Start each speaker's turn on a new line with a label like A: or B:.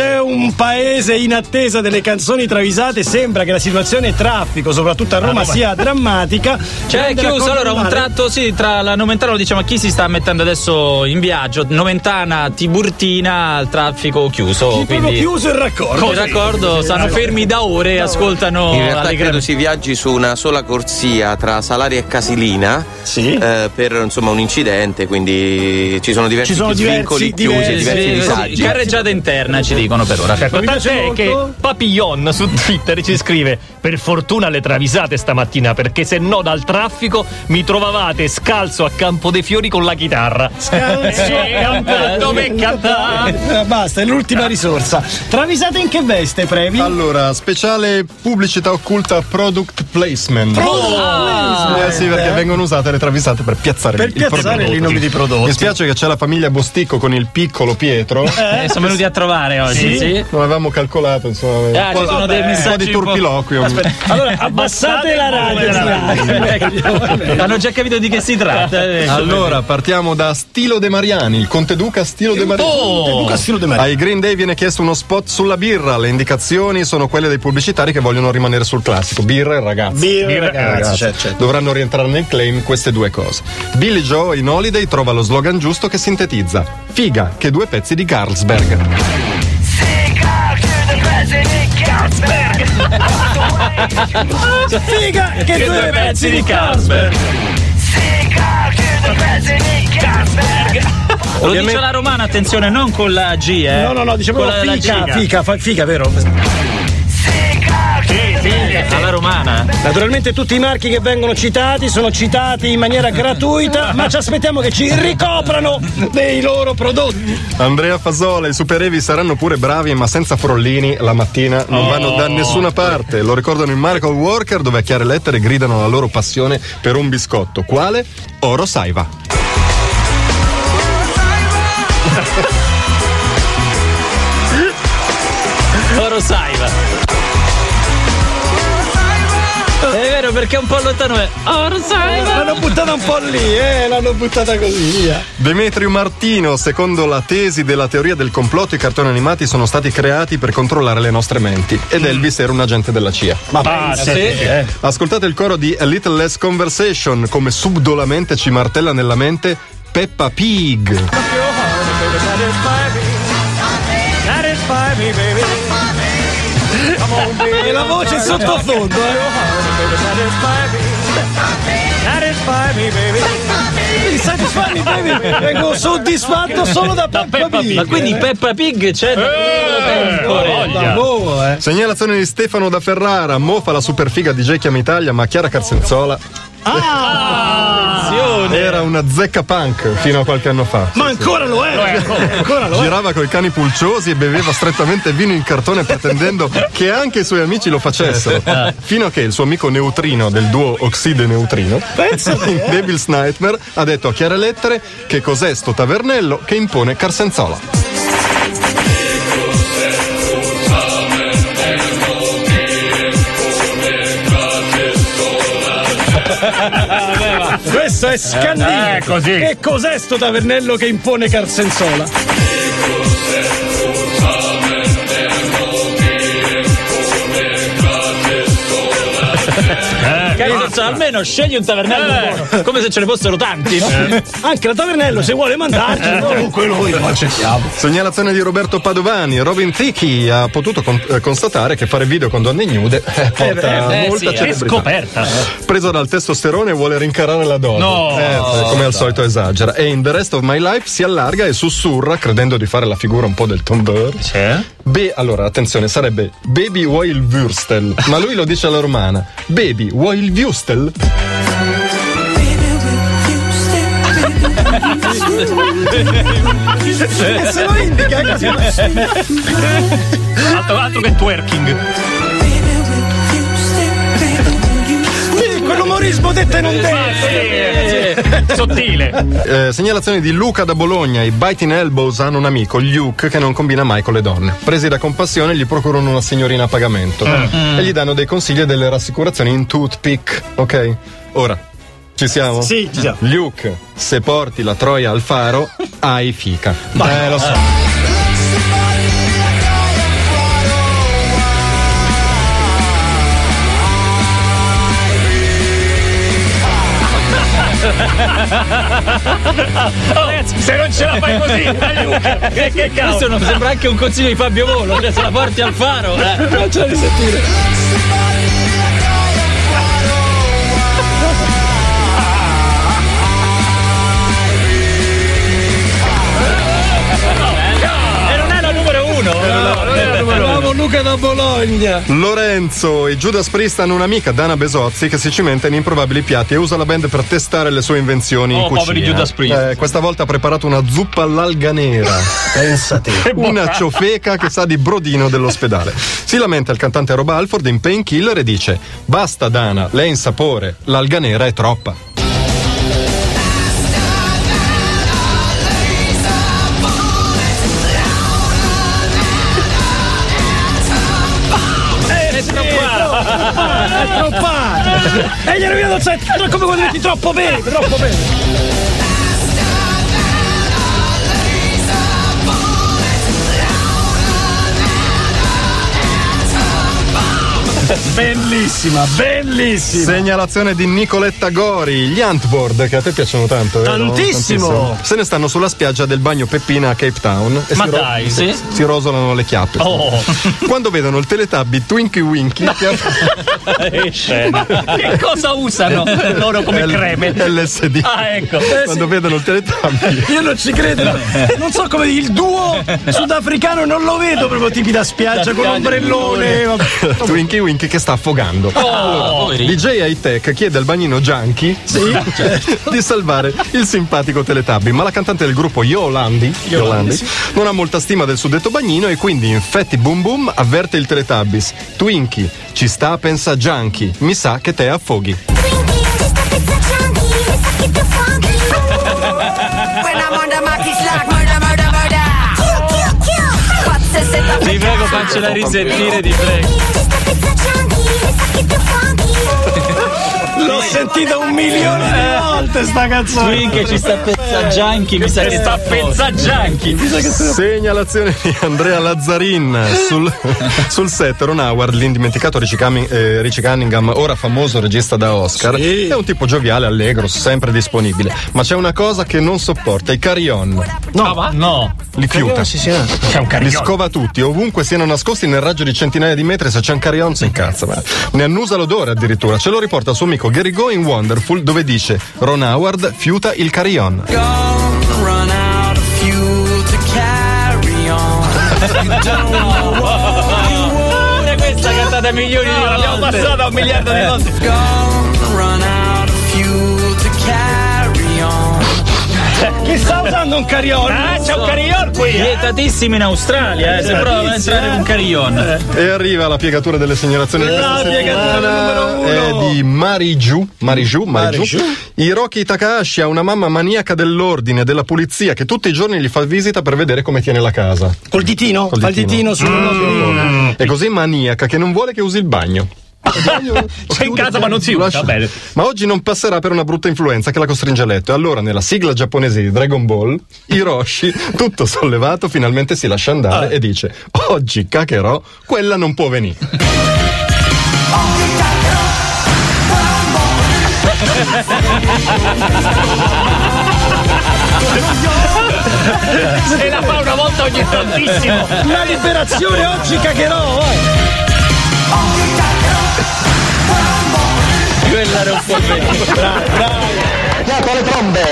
A: un paese in attesa delle canzoni travisate. Sembra che la situazione traffico, soprattutto a Roma, sia drammatica.
B: Cioè, è
A: Prende la
B: chiuso
A: Corso
B: allora un
A: Normale.
B: tratto sì, tra la Noventana, lo diciamo a chi si sta mettendo adesso in viaggio, Noventana, Tiburtina, il traffico chiuso.
A: Proprio
B: Quindi
A: chiuso il raccordo.
B: il raccordo, stanno fermi da ore e ascoltano
C: In realtà credo
B: allegramente.
C: si viaggi su una sola corsia tra Salaria e Casilina
A: Sì.
C: eh, per insomma un incidente, quindi ci sono diversi
A: Ci sono diversi-
C: vincoli
A: diversi-
C: chiusi, diversi
B: Sì, sì,
C: disagi.
B: Carreggiata interna ci dicono per ora.
D: Certo,
A: Mi piace
D: tant'è
A: molto-
D: che Papillon su Twitter ci scrive: Per fortuna le travisate stamattina, perché se no dal traffico mi trovavate scalzo a Campo dei Fiori con la chitarra.
A: Eh, Scalzo.
D: dove cantare?
A: Eh, Basta, è l'ultima risorsa. Travisate in che veste, Previ?
E: Allora, speciale pubblicità occulta product placement. Eh sì, perché vengono usate le travisate per piazzare,
A: Per
E: il
A: piazzare
E: prodotto.
A: i nomi di prodotti.
E: Mi spiace che c'è la famiglia Bosticco con il piccolo Pietro.
B: Eh, sono venuti a trovare
A: Ah,
B: oggi.
A: Sì?
B: sì.
E: Non avevamo calcolato, insomma.
B: Ah,
E: un
B: ci
E: po',
B: sono dei
E: un po'
B: messaggi
E: di
B: un po'-
E: turpiloquio. Eh,
A: Allora, abbassate la radio.
B: Ecco.
A: Ecco.
B: Hanno già capito di che si tratta. eh.
E: Allora, partiamo da Stilo De Mariani, il Conte Duca Stilo De Mariani.
A: Luca Stilo De Maria.
E: Ai Green Day viene chiesto uno spot sulla birra. Le indicazioni sono quelle dei pubblicitari che vogliono rimanere sul classico: birra e ragazzi.
A: Birra e ragazzi,
E: Eh, ragazzi. cioè,
A: certo, certo.
E: Dovranno rientrare nel claim queste due cose. Billy Joe in Holiday trova lo slogan giusto che sintetizza: Figa, che due pezzi di Carlsberg.
A: Figa, che due pezzi di Casper.
B: Lo dice la romana, attenzione, non con la G, eh.
A: No, no, no, diciamo
B: con la, la
A: fica,
B: giga.
A: fica, fa- figa, vero?
B: alla romana.
A: Naturalmente tutti i marchi che vengono citati sono citati in maniera gratuita, ma ci aspettiamo che ci ricoprano dei loro prodotti.
E: Andrea Fasola, i super evi saranno pure bravi, ma senza frollini la mattina non vanno da nessuna parte. Lo ricordano in Miracle Worker, dove a chiare lettere gridano la loro passione per un biscotto. Quale? Oro Saiva.
B: Oro Saiva. È vero perché è un po' lontano. eh. Oro Saiva.
A: L'hanno buttata un po' lì, eh, l'hanno buttata così via.
E: Demetrio Martino, secondo la tesi della teoria del complotto, i cartoni animati sono stati creati per controllare le nostre menti. Ed Elvis era un agente della CIA.
A: Ma
B: sì.
A: pensate, eh.
E: Ascoltate il coro di A Little Less Conversation, come subdolamente ci martella nella mente Peppa Pig.
A: E la voce sottofondo, eh. Quindi Satisfami, baby. Vengo soddisfatto solo da Peppa
B: Ma
A: Pig. Eh,
B: quindi Peppa Pig c'è da lungo tempo.
A: Da boh, eh.
E: Segnalazione di Stefano da Ferrara, mofa la superfiga DJ Chiama Italia, ma Chiara Carsenzola
B: Attenzione.
E: era una zecca punk fino a qualche anno fa.
A: Ma ancora lo è. Ancora lo è.
E: Girava coi cani pulciosi e beveva strettamente vino in cartone pretendendo che anche i suoi amici lo facessero.
A: Eh.
E: Fino a che il suo amico Neutrino del duo Oxide Neutrino, in Devil's Nightmare, ha detto a chiare lettere che cos'è sto tavernello che impone Carsenzola.
A: Questo è scandito.
D: Eh, così.
A: Che cos'è sto tavernello che impone Carsensola?
B: Cazzo, almeno scegli un tavernello buono. Come se ce ne fossero tanti, no?
A: Anche la tavernello, se vuole mandarci, comunque noi lo accettiamo.
E: Segnalazione di Roberto Padovani, Robin Thicke ha potuto con- eh, constatare che fare video con donne nude eh, porta
B: eh,
E: molta
B: sì, eh.
D: Che
E: celebrità.
D: scoperta!
E: preso dal testosterone vuole rincarare la dose.
D: No.
E: Eh, sì, come al solito esagera. E in The Rest of My Life si allarga e sussurra, credendo di fare la figura un po' del Tom Burr.
A: Eh?
D: C'è?
E: Beh, allora, attenzione, sarebbe Baby vuoi il Würstel, ma lui lo dice alla romana. Baby vuoi il Würstel?
A: E Eh, se lo indica, è così.
D: Altro, altro che twerking!
A: Sì, Quell'umorismo detto e non detto.
D: Sottile!
E: Eh, segnalazione di Luca da Bologna. I Biting Elbows hanno un amico, Luke, che non combina mai con le donne. Presi da compassione, gli procurano una signorina a pagamento e gli danno dei consigli e delle rassicurazioni in toothpick. Ok? Ora, ci siamo?
A: Sì, ci siamo.
E: Luke, se porti la troia al faro, hai fica. eh, lo so.
D: se non ce la fai così, aiuto! Che, che cavolo!
B: Questo non sembra anche un consiglio di Fabio Volo, cioè se la porti al faro. eh. E non è la numero
A: Eh,
B: uno.
A: Bravo Luca da Bologna.
E: Lorenzo e Judas Priest hanno un'amica, Dana Besozzi, che si cimenta in improbabili piatti e usa la band per testare le sue invenzioni in
D: Oh,
E: cucina.
D: poveri Judas Priest.
E: Eh, questa volta ha preparato una zuppa all'alga nera. Pensate. Una ciofeca che sa di brodino dell'ospedale. Si lamenta il cantante Rob Alford in Painkiller e dice Basta Dana, lei è in sapore, l'alga nera è troppa.
A: È troppato. E gli ero io È come quando metti troppo bene, troppo bene.
D: Bellissima, bellissima!
E: Segnalazione di Nicoletta Gori, gli Antboard, che a te piacciono tanto. vero?
A: Tantissimo!
E: Se ne stanno sulla spiaggia del bagno Peppina a Cape Town e
D: Ma
E: si, ro-
D: dai,
E: si-
D: sì?
E: si rosolano le chiappe.
D: Oh,
E: Quando vedono il teletubby Twinkie Winky che ha-
D: che scena!
B: Che cosa usano?
D: Loro come
E: L-
D: creme.
E: LSD.
D: Ah, ecco.
E: Quando vedono il teletubby
A: Io non ci credo. Non so come il duo sudafricano non lo vedo proprio tipi da spiaggia con l'ombrellone. vabbè.
E: Twinkie Winky che sta affogando.
D: Oh.
E: DJ High Tech chiede al bagnino Junkie di salvare il simpatico Teletubby, ma la cantante del gruppo Yolandi, Yolandi non ha molta stima del suddetto bagnino e quindi infetti boom boom avverte il Teletubbies. Twinkie, ci sta, pensa Junkie, mi sa che te affoghi.
F: Quindi ci sta pensando, mi sa che ti affoghi.
G: Buena moda, Maki Slack, moda, moda, moda.
F: Chiu, chiu, chiu.
G: Pazzesco,
B: Ti prego, faccela risentire, ti prego.
F: Quindi ci sta pensando, mi sa che ti affoghi.
A: L'ho sentita un milione
D: Eh.
A: di volte sta canzone.
B: Qui che ci sta pezzaggianchi, mi sa che sta pezzaggianchi.
E: Segnalazione di Andrea Lazzarin sul, sul set Ron Howard, l'indimenticato Richie, Cami- eh, Richie Cunningham, ora famoso regista da Oscar, è un tipo gioviale, allegro, sempre disponibile, ma c'è una cosa che non sopporta, i carion,
D: No, no.
E: li chiuta.
D: C'è un
E: Li
D: carino.
E: scova tutti, ovunque siano nascosti nel raggio di centinaia di metri, se c'è un carrion si incazza. ma Ne annusa l'odore addirittura, ce lo riporta il suo amico Gary Go in Wonderful dove dice Ron Howard fiuta il carrion.
H: run out of fuel to carry on.
B: Pure questa cantata milioni
A: Ah,
B: di
D: L'abbiamo
B: volte.
D: passata un miliardo di volte.
H: Gonna run out of fuel to carry on.
A: Chi sta usando un carione?
D: Cioè, Ah, c'è un carillon qui! eh.
B: Vietatissimo in Australia, eh, se prova a entrare con
A: Eh,
B: Carillon.
E: E arriva la piegatura delle segnalazioni di
A: La
E: questa
A: piegatura
E: settimana
A: numero uno.
E: è di Mariju, Mariju, Mariju. Hiroki Takahashi ha una mamma maniaca dell'ordine, della pulizia, che tutti i giorni gli fa visita per vedere come tiene la casa.
A: Col ditino?
E: Col
A: Fa il
E: ditino.
A: ditino sulla nostra
E: È così maniaca che non vuole che usi il bagno.
D: Mm. C'è in casa ma non si usa.
E: Lascia-
D: Va bene.
E: Ma oggi non passerà per una brutta influenza che la costringe a letto. E allora, nella sigla giapponese di Dragon Ball, Hiroshi, tutto sollevato, finalmente si lascia
D: Ah.
E: andare e dice: Oggi Kakerò, quella non può venire.
D: Se la fa una volta ogni tantissimo.
A: Una liberazione oggi cagherò. vai.
B: Quella era un po' bene.